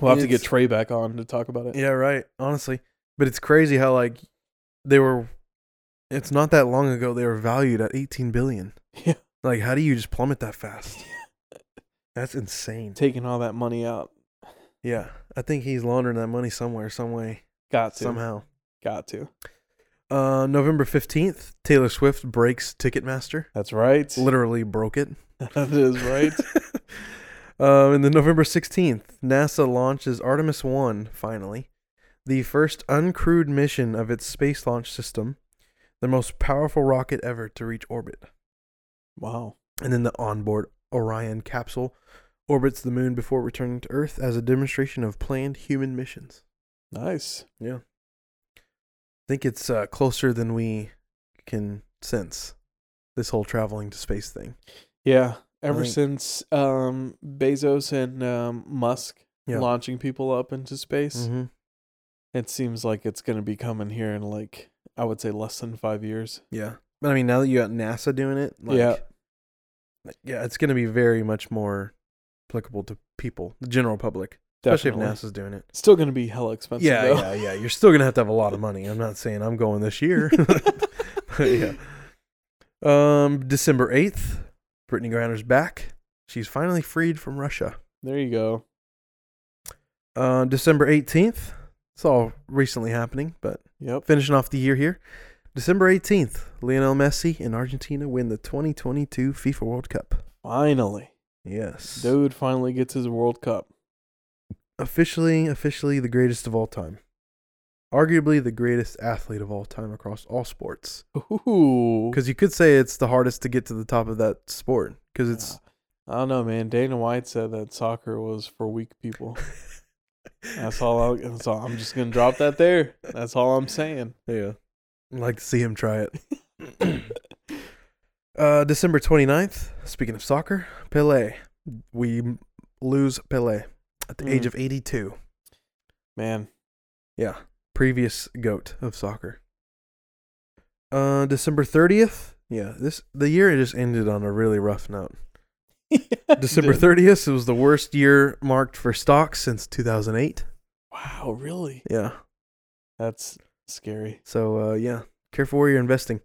A: We'll have to get
C: It's-
A: Trey back on to talk about it.
C: Yeah, right. Honestly, but it's crazy how like they were. It's not that long ago they were valued at 18 billion.
A: Yeah.
C: Like, how do you just plummet that fast? That's insane.
A: Taking all that money out,
C: Yeah, I think he's laundering that money somewhere, some way,
A: got to
C: somehow.
A: got to.
C: Uh, November 15th, Taylor Swift breaks Ticketmaster.
A: That's right.
C: Literally broke it.
A: that is right.
C: um, and then November 16th, NASA launches Artemis 1, finally, the first uncrewed mission of its space launch system, the most powerful rocket ever to reach orbit.
A: Wow.
C: And then the onboard Orion capsule orbits the moon before returning to Earth as a demonstration of planned human missions.
A: Nice.
C: I think it's uh, closer than we can sense this whole traveling to space thing.
A: Yeah. Ever
C: think-
A: since um, Bezos and um, Musk
C: Yeah.
A: launching people up into space,
C: Mm-hmm.
A: it seems like it's going to be coming here in like, I would say less than five years.
C: Yeah. But I mean, now that you got NASA doing it, like,
A: Yeah.
C: like, yeah, it's going to be very much more applicable to people, the general public, especially if
A: Definitely.
C: NASA's doing it.
A: Still going to be hella expensive.
C: yeah,
A: though.
C: yeah, yeah. You're still going to have to have a lot of money. I'm not saying I'm going this year. yeah. Um, December 8th, Brittany Griner's back. She's finally freed from Russia.
A: There you go.
C: Uh, December 18th, it's all recently happening, but
A: Yep.
C: finishing off the year here. December 18th, Lionel Messi and Argentina win the 2022 FIFA World Cup.
A: Finally.
C: Yes.
A: Dude finally gets his World Cup.
C: Officially, officially the greatest of all time. Arguably the greatest athlete of all time across all sports.
A: Ooh.
C: Because you could say it's the hardest to get to the top of that sport. Because it's.
A: I don't know, man. Dana White said that soccer was for weak people. That's all. I'll, that's all. I'm just gonna drop that there. That's all I'm saying.
C: Yeah. I'd like to see him try it. uh, December 29th, speaking of soccer, Pele. We m- lose Pele at the age
A: Mm.
C: of 82.
A: Man,
C: Yeah. Previous goat of soccer. Uh, December 30th. Yeah, this the year it just ended on a really rough note. December
A: Dude.
C: 30th, it was the worst year marked for stocks since 2008.
A: Wow, really?
C: Yeah.
A: That's scary.
C: So uh, yeah, careful where you're investing.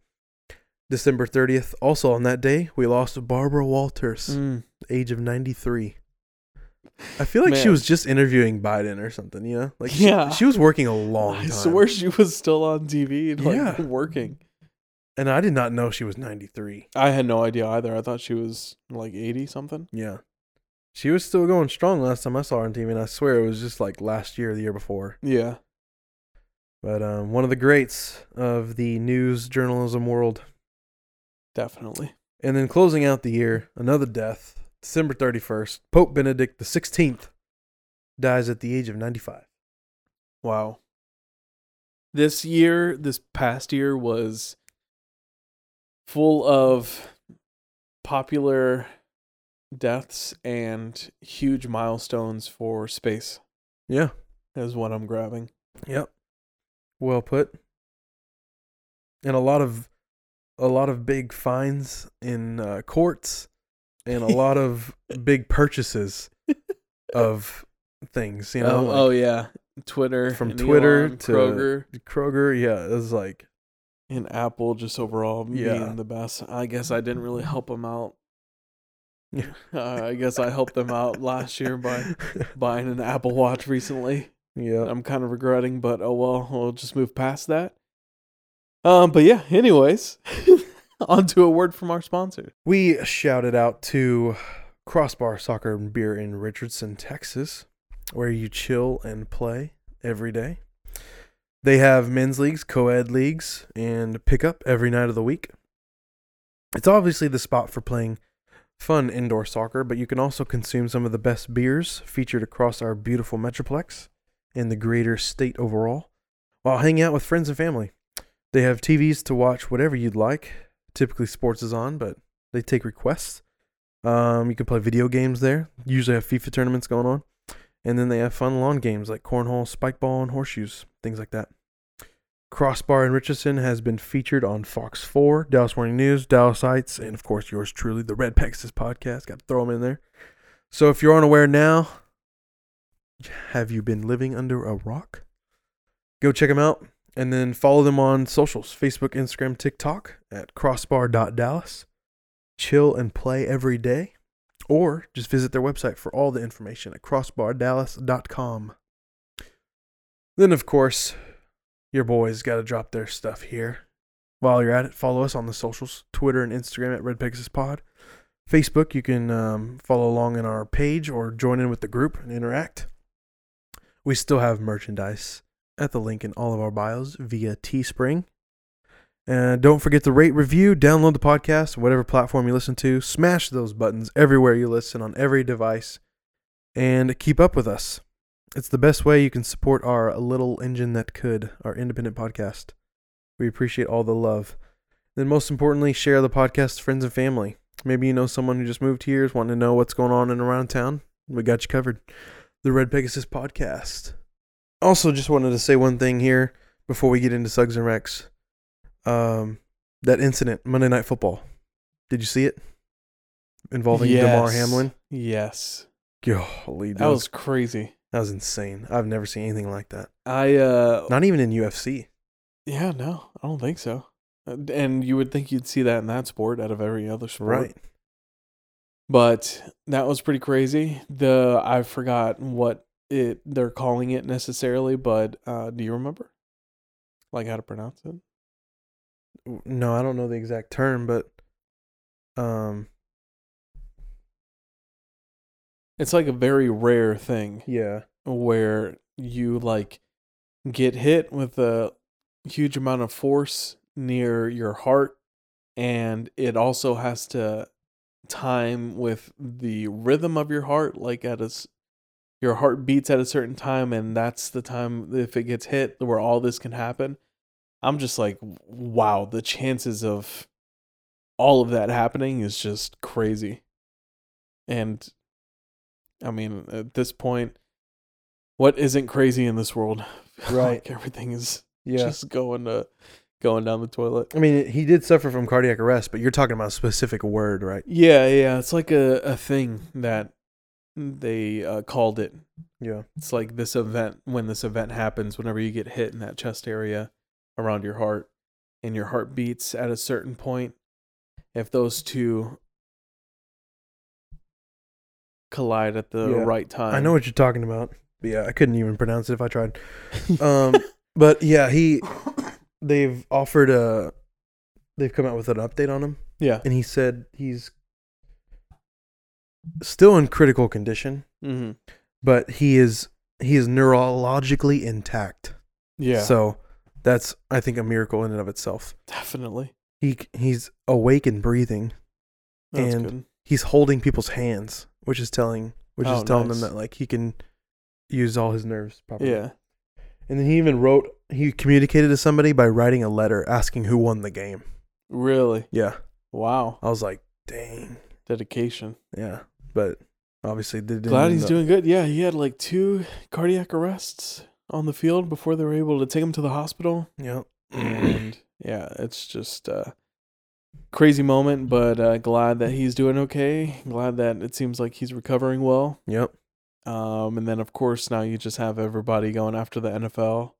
C: December 30th, also on that day, we lost Barbara Walters,
A: Mm.
C: age of 93. I feel like she
A: Man.
C: was just interviewing Biden or something, you know? Like she,
A: Yeah.
C: she was working a long time.
A: I swear she was still on TV and like
C: Yeah.
A: working.
C: And I did not know she was 93.
A: I had no idea either. I thought she was like 80 something.
C: Yeah. She was still going strong last time I saw her on TV, and I swear it was just like last year, or the year before.
A: Yeah.
C: But um, one of the greats of the news journalism world.
A: Definitely.
C: And then closing out the year, another death, December 31st, Pope Benedict the 16th dies at the age of 95.
A: Wow. This year, this past year was full of popular deaths and huge milestones for space,
C: Yeah.
A: is what I'm grabbing.
C: Yep. Well put. And a lot of a lot of big fines in uh, courts and a lot of big purchases of things, you know.
A: oh,
C: like
A: oh, yeah. Twitter.
C: From
A: and
C: Twitter
A: Elon,
C: to-
A: Kroger
C: Kroger, yeah, it was like
A: and Apple just overall
C: Yeah.
A: being the best. I guess I didn't really help them out.
C: Yeah.
A: Uh, I guess I helped them out last year by buying an Apple Watch recently. that
C: Yeah.
A: I'm kind of regretting, but oh well, we'll just move past that. Um, but yeah, anyways, on to a word from our sponsor.
C: We shouted out to Crossbar Soccer and Beer in Richardson, Texas, where you chill and play every day. They have men's leagues, co ed leagues, and pickup every night of the week. It's obviously the spot for playing fun indoor soccer, but you can also consume some of the best beers featured across our beautiful metroplex and the greater state overall while hanging out with friends and family. They have TVs to watch whatever you'd like. Typically, sports is on, but they take requests. Um, you can play video games there. Usually have FIFA tournaments going on, and then they have fun lawn games like cornhole, spike ball, and horseshoes, things like that. Crossbar in Richardson has been featured on Fox 4, Dallas Morning News, Dallasites, and of course yours truly, the Red Pegasus podcast. Got to throw them in there. So if you're unaware now, have you been living under a rock? Go check them out, and then follow them on socials: Facebook, Instagram, TikTok at crossbar.dallas chill and play every day, or just visit their website for all the information at crossbardallas.com. Then, of course, your boys got to drop their stuff here. While you're at it, follow us on the socials Twitter and Instagram at Red Pegasus Pod. Facebook, you can um, follow along in our page or join in with the group and interact. We still have merchandise at the link in all of our bios via Teespring. And don't forget to rate, review, download the podcast, whatever platform you listen to. Smash those buttons everywhere you listen on every device and keep up with us. It's the best way you can support our little engine that could, our independent podcast. We appreciate all the love. Then, most importantly, share the podcast to friends and family. Maybe you know someone who just moved here, is wanting to know what's going on and around town. We got you covered. The Red Pegasus Podcast. Also, just wanted to say one thing here before we get into Suggs and Rex um, that incident Monday Night Football. Did you see it involving Damar
A: Yes.
C: Hamlin?
A: Yes,
C: Golly, dude.
A: that was crazy.
C: that was insane. I've never seen anything like that.
A: I uh,
C: Not even in UFC.
A: yeah, no, I don't think so. And- And you would think you'd see that in that sport out of every other sport,
C: Right.
A: But that was pretty crazy. The I forgot what it they're calling it necessarily, but uh, do you remember? Like how to pronounce it?
C: No, I don't know the exact term, but um,
A: It's like a very rare thing.
C: yeah,
A: where you like get hit with a huge amount of force near your heart and it also has to time with the rhythm of your heart like at a s- your heart beats at a certain time and that's the time if it gets hit where all this can happen i'm just like wow the chances of all of that happening is just crazy and i mean at this point what isn't crazy in this world?
C: Right.
A: like everything is
C: yeah.
A: just going to going down the toilet.
C: I mean, he did suffer from cardiac arrest, but you're talking about a specific word, right?
A: Yeah, yeah. It's like a, a thing that they uh, called it.
C: Yeah.
A: It's like this event when this event happens, whenever you get hit in that chest area around your heart, and your heart beats at a certain point. If those two collide at the
C: Yeah.
A: right time,
C: I know what you're talking about. But yeah, I couldn't even pronounce it if I tried. Um, but yeah, he, they've offered a, they've come out with an update on him.
A: yeah.
C: and he said he's still in critical condition,
A: Mm-hmm.
C: but he is he is neurologically intact.
A: Yeah.
C: So That's I think a miracle in and of itself.
A: Definitely.
C: He c- he's awake and breathing.
A: That's
C: And-
A: good.
C: He's holding people's hands, which is telling, which
A: Oh,
C: is telling
A: nice.
C: them that like he can use all his nerves properly.
A: Yeah.
C: And then he even wrote he communicated to somebody by writing a letter asking who won the game.
A: Really.
C: Yeah.
A: Wow.
C: I was like, "Dang."
A: Dedication.
C: Yeah. But obviously they didn't
A: Glad
C: end
A: he's
C: up-
A: doing good. Yeah, he had like two cardiac arrests on the field before they were able to take him to the hospital.
C: Yeah.
A: and yeah, it's just a crazy moment, but uh, glad that he's doing okay. Glad that it seems like he's recovering well.
C: Yep.
A: Um, and then of course now you just have everybody going after the NFL,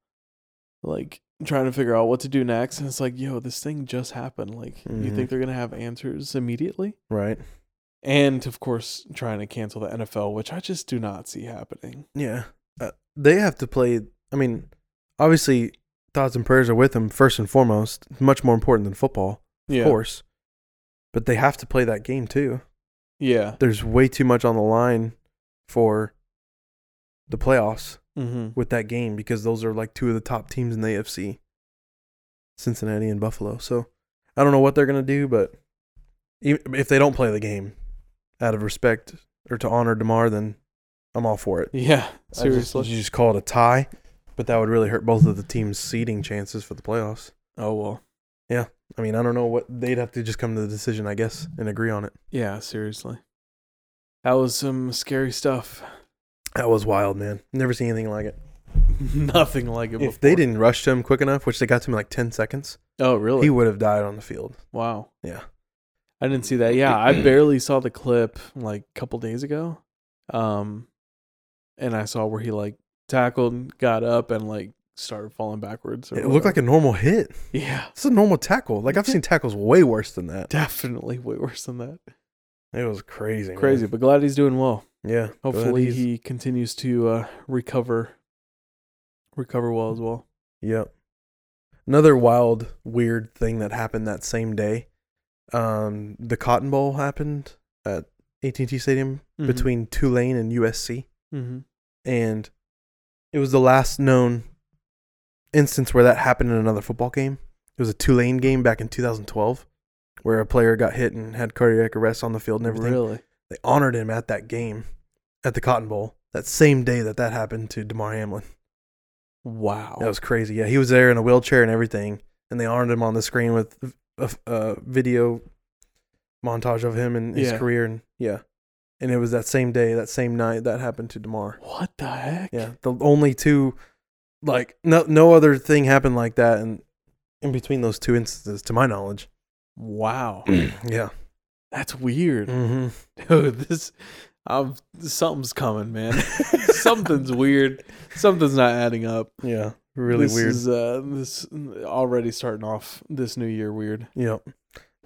A: like trying to figure out what to do next. And it's like, yo, this thing just happened. Like, you
C: Mhm.
A: think they're gonna have answers immediately?
C: Right.
A: And of course, trying to cancel the NFL, which I just do not see happening.
C: Yeah. Uh, they have to play. I mean, obviously, thoughts and prayers are with them first and foremost. Much more important than football, of
A: Yeah,
C: course. But they have to play that game too.
A: yeah,
C: There's way too much on the line for the playoffs
A: mm-hmm.
C: with that game because those are like two of the top teams in the AFC Cincinnati and Buffalo. So I don't know what they're going to do, but even if they don't play the game out of respect or to honor DeMar, then I'm all for it.
A: yeah.
C: I just-
A: Seriously.
C: you just call it a tie, but that would really hurt both of the teams' seeding chances for the playoffs.
A: oh well.
C: I mean, I don't know what they'd have to just come to the decision, I guess, and agree on it.
A: Yeah, seriously. That was some scary stuff.
C: That was wild, man. Never seen anything like it.
A: Nothing like it.
C: If
A: before.
C: they didn't rush to him quick enough, which they got to him in like ten seconds,
A: oh really?
C: he would have died on the field.
A: wow.
C: Yeah.
A: I didn't see that. Yeah, I barely saw the clip like a couple days ago, um, and I saw where he like tackled, got up, and like started falling backwards.
C: It looked like a normal hit.
A: a yeah,
C: It's a normal tackle. Like I've seen tackles way worse than that.
A: definitely way worse than that.
C: It was crazy. man.
A: Crazy, but glad he's doing well.
C: Yeah. but
A: Hopefully
C: he's-
A: he continues to uh, recover, recover well as well.
C: Yep. Another wild, weird thing that happened that same day. Um, the Cotton Bowl happened at AT&T Stadium
A: Mhm.
C: between Tulane and USC,
A: Mm-hmm.
C: and it was the last known instance where that happened in another football game. It was a Tulane game back in 2012, where a player got hit and had cardiac arrest on the field and everything.
A: Really?
C: They honored him at that game, at the Cotton Bowl, that same day that that happened to Demar Hamlin.
A: Wow.
C: That was crazy. Yeah, he was there in a wheelchair and everything, and they honored him on the screen with a, a video montage of him and his
A: Yeah.
C: career. And yeah, and it was that same day, that same night that happened to Demar.
A: what the heck?
C: Yeah, the only two, like no no other thing happened like that, and in between those two instances, to my knowledge.
A: Wow.
C: Yeah.
A: That's weird.
C: Mm-hmm.
A: Dude, this I'm something's coming, man. something's weird. Something's not adding up.
C: Yeah. Really
A: this
C: weird.
A: Is, uh, this already starting off this new year weird.
C: yep.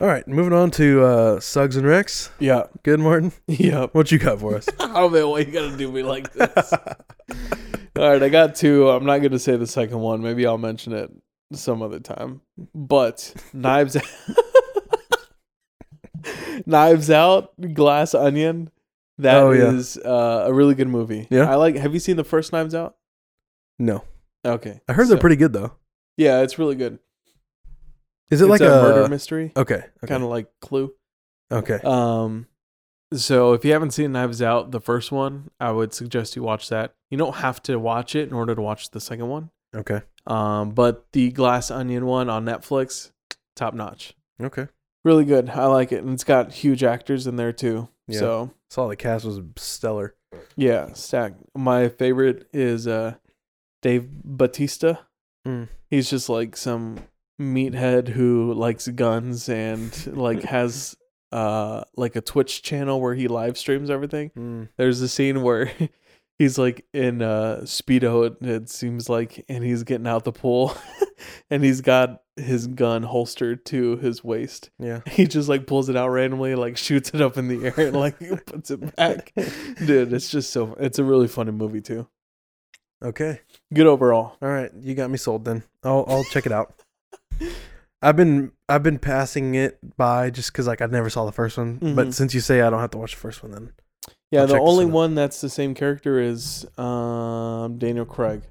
C: All right, moving on to uh, Suggs and Rex.
A: Yeah.
C: Good, Martin.
A: Yep.
C: What you got for us?
A: Oh man, why you gotta do me like this? All right, I got two. I'm not gonna say the second one. Maybe I'll mention it some other time. But knives, knives out, glass onion. That
C: Oh, yeah.
A: is uh, a really good movie.
C: Yeah?
A: I like. Have you seen the first Knives Out?
C: no,
A: Okay,
C: I heard
A: so-
C: they're pretty good though.
A: Yeah, it's really good.
C: Is it
A: It's
C: like
A: a,
C: a,
A: murder mystery,
C: Okay. Okay.
A: kind of like Clue.
C: okay.
A: Um, so if you haven't seen Knives Out, the first one, I would suggest you watch that. You don't have to watch it in order to watch the second one.
C: okay.
A: Um, but the Glass Onion one on Netflix, top notch.
C: Okay.
A: Really good. I like it. And it's got huge actors in there too.
C: Yeah.
A: So
C: Saw the cast was stellar.
A: yeah, stack. My favorite is uh Dave Batista.
C: Mm.
A: He's just like some meathead who likes guns and like has uh like a Twitch channel where he live streams everything.
C: Hmm,
A: There's a scene where he's like in uh speedo it, it seems like and he's getting out the pool and he's got his gun holstered to his waist.
C: Yeah.
A: He just like pulls it out randomly, like shoots it up in the air and like puts it
C: Uh,
A: back. Dude, it's just so it's a really funny movie too.
C: Okay.
A: Good overall.
C: All right. You got me sold then. I'll I'll check it out. I've been I've been passing it by just because like I never saw the first one,
A: Mhm.
C: but since you say I don't have to watch the first one, then
A: Yeah,
C: I'll
A: the
C: check this
A: only
C: one out.
A: one that's the same character is um Daniel Craig.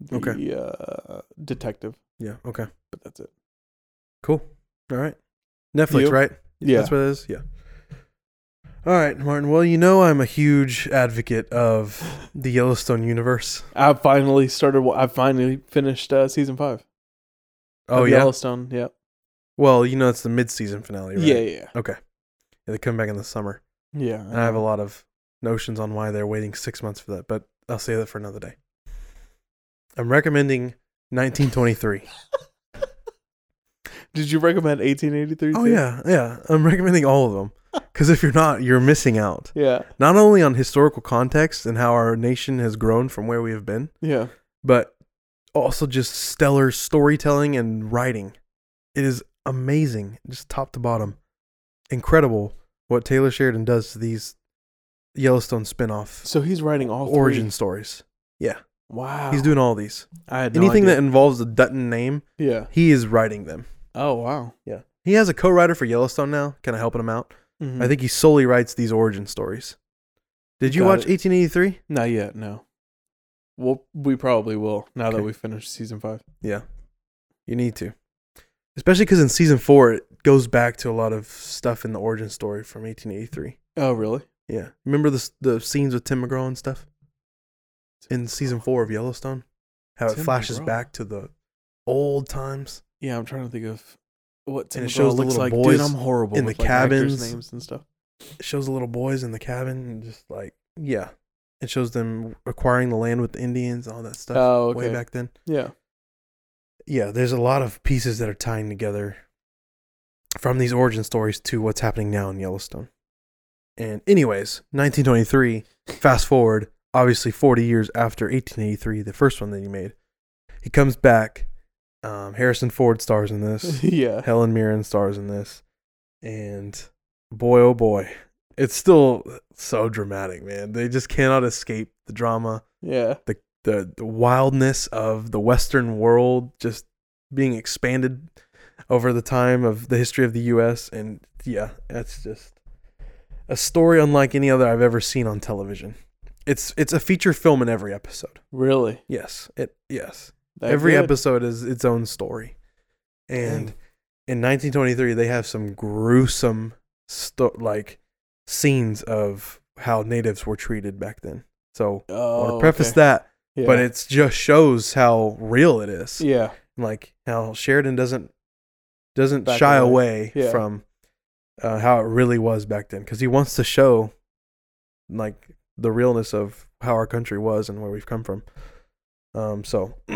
A: the
C: Okay.
A: uh, detective,
C: Yeah. Okay.
A: but that's it.
C: Cool. All right. Netflix,
A: You?
C: right?
A: Yeah.
C: That's what it is. Yeah. All right, Martin. Well, you know I'm a huge advocate of the Yellowstone universe.
A: I finally started. wa- I finally finished uh, season five.
C: Oh
A: of
C: yeah.
A: Yellowstone. Yeah.
C: Well, you know it's the mid-season finale, right?
A: Yeah, yeah,
C: They come back in the summer.
A: yeah.
C: And I have a lot of notions on why they're waiting six months for that, but I'll save that for another day. I'm recommending 1923.
A: Did you recommend 1883?
C: oh,
A: too?
C: yeah, yeah. I'm recommending all of them. Because if you're not, you're missing out.
A: Yeah.
C: Not only on historical context and how our nation has grown from where we have been,
A: Yeah.
C: but also just stellar storytelling and writing. It is amazing, just top to bottom. Incredible what Taylor Sheridan does to these Yellowstone spin-off
A: So he's writing all three.
C: origin stories. Yeah,
A: Wow.
C: he's doing all these.
A: I had no
C: Anything that
A: idea.
C: involves the Dutton name,
A: Yeah.
C: he is writing them.
A: Oh wow.
C: Yeah. He has a co-writer for Yellowstone now, kind of helping him out.
A: Mhm.
C: I think he solely writes these origin stories. Did you
A: Got
C: watch
A: it.
C: 1883?
A: Not yet. No. Well, we probably will now that
C: Okay.
A: we finished season five.
C: Yeah. You need to. Especially because in season four, it goes back to a lot of stuff in the origin story from 1883.
A: Oh really?
C: Yeah. Remember the, s- the scenes with Tim McGraw and stuff? In season four of Yellowstone? How it
A: Oh. Tim
C: flashes
A: McGraw.
C: back to the old times.
A: Yeah, I'm trying to think of what Tim
C: And it
A: McGraw
C: shows the
A: looks
C: little
A: like.
C: boys
A: Dude, I'm horrible
C: in
A: with,
C: the
A: like, actors'
C: cabins.
A: names and stuff.
C: It shows the little boys in the cabin and just like, yeah. It shows them acquiring the land with the Indians, all that stuff.
A: Oh,
C: Way
A: okay.
C: back then.
A: Yeah.
C: yeah, there's a lot of pieces that are tying together from these origin stories to what's happening now in Yellowstone. And anyways, 1923, fast forward, obviously 40 years after 1883, the first one that he made. He comes back. Um, Harrison Ford stars in this.
A: yeah.
C: Helen Mirren stars in this. And boy oh boy, it's still so dramatic, man. They just cannot escape the drama
A: Yeah.
C: the the wildness of the Western world just being expanded over the time of the history of the U.S. And yeah, that's just a story unlike any other I've ever seen on television. It's it's a feature film in every episode.
A: Really.
C: Yes, it yes
A: That
C: every
A: good?
C: episode is its own story. And
A: Dang.
C: in 1923, they have some gruesome sto- like scenes of how natives were treated back then. So I
A: Oh,
C: want to preface
A: okay.
C: that
A: Yeah.
C: but it just shows how real it is.
A: Yeah.
C: Like how Sheridan doesn't doesn't
A: Back
C: shy
A: away.
C: away,
A: Yeah.
C: from uh, how it really was back then because he wants to show like the realness of how our country was and where we've come from. Um, so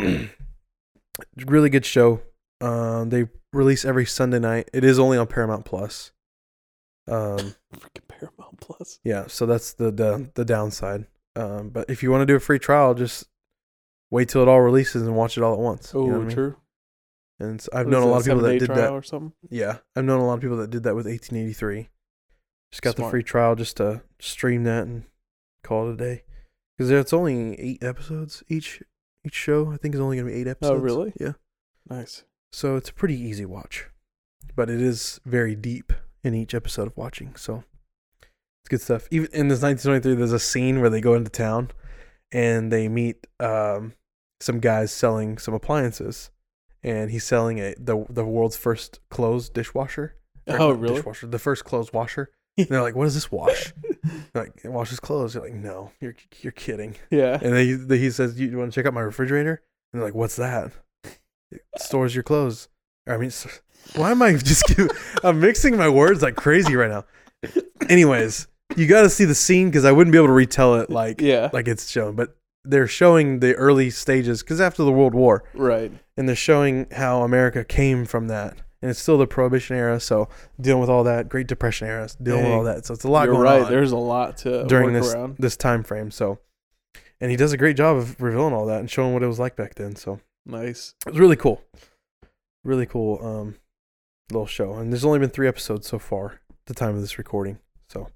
C: really good show. Um, they release every Sunday night. It is only on Paramount Plus. Um,
A: Freaking Paramount Plus.
C: yeah, so that's the the, the downside. Um, but if you want to do a free trial, just wait till it all releases and watch it all at once. you
A: Oh,
C: know what I mean?
A: true.
C: And so I've
A: What
C: known
A: is
C: a
A: it,
C: lot of people that
A: seven-day
C: did
A: trial
C: that.
A: or something.
C: Yeah, I've known a lot of people that did that with 1883. Just got the
A: Smart.
C: free trial just to stream that and call it a day. Because it's only eight episodes each. Each show I think is only gonna be eight episodes.
A: Oh, really?
C: Yeah.
A: Nice.
C: So it's a pretty easy watch, but it is very deep in each episode of watching. So it's good stuff. Even in this 1923, there's a scene where they go into town and they meet um, some guys selling some appliances, and he's selling a the the world's first clothes dishwasher. Or
A: Oh,
C: not
A: really?
C: Dishwasher, the first clothes washer. And they're like, "What does this wash?" like, it washes clothes. You're like, "No, you're you're kidding."
A: Yeah.
C: And then he, then he says, you, you want to check out my refrigerator? And they're like, What's that? It stores your clothes. Or, I mean, s- why am I just giving, I'm mixing my words like crazy right now. Anyways, you got to see the scene because I wouldn't be able to retell it like,
A: Yeah.
C: like it's shown. But they're showing the early stages because after the World War,
A: Right.
C: and they're showing how America came from that. And it's still the Prohibition era, so dealing with all that, Great Depression era, dealing with all
A: Dang.
C: that. So it's a lot
A: You're
C: going
A: right.
C: on
A: There's a lot to
C: during
A: work
C: this
A: around.
C: this time frame. So, and he does a great job of revealing all that and showing what it was like back then. So
A: Nice.
C: it was really cool, really cool um, little show. And there's only been three episodes so far at the time of this recording. So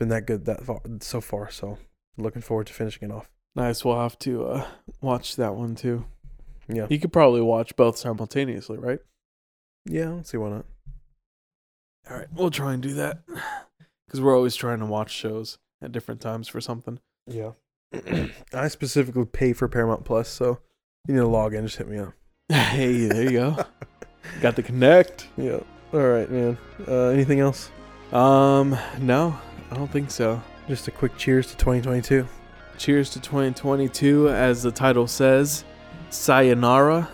C: been that good that far, so far. So looking forward to finishing it off.
A: Nice. We'll have to uh, watch that one too.
C: Yeah,
A: You could probably watch both simultaneously, right?
C: yeah. Let's see why not.
A: All right. We'll try and do that because we're always trying to watch shows at different times for something.
C: Yeah, I specifically pay for Paramount Plus, so You need to log in. Just hit me up.
A: Hey, there you go. Got the connect.
C: Yeah. All right, man. Uh, anything else?
A: Um, no, I don't think so.
C: Just a quick cheers to 2022.
A: Cheers to 2022, as the title says. Sayonara.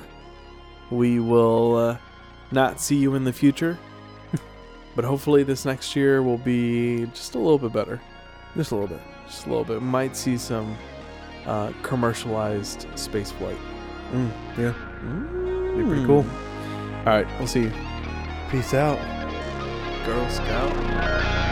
A: We will uh, not see you in the future, but hopefully this next year will be just a little bit better.
C: Just a little bit.
A: Just a little bit. Might see some uh, commercialized space flight.
C: Mm, yeah.
A: Be
C: pretty cool.
A: Mm. All right, we'll see you.
C: Peace out.
A: Girl Scout.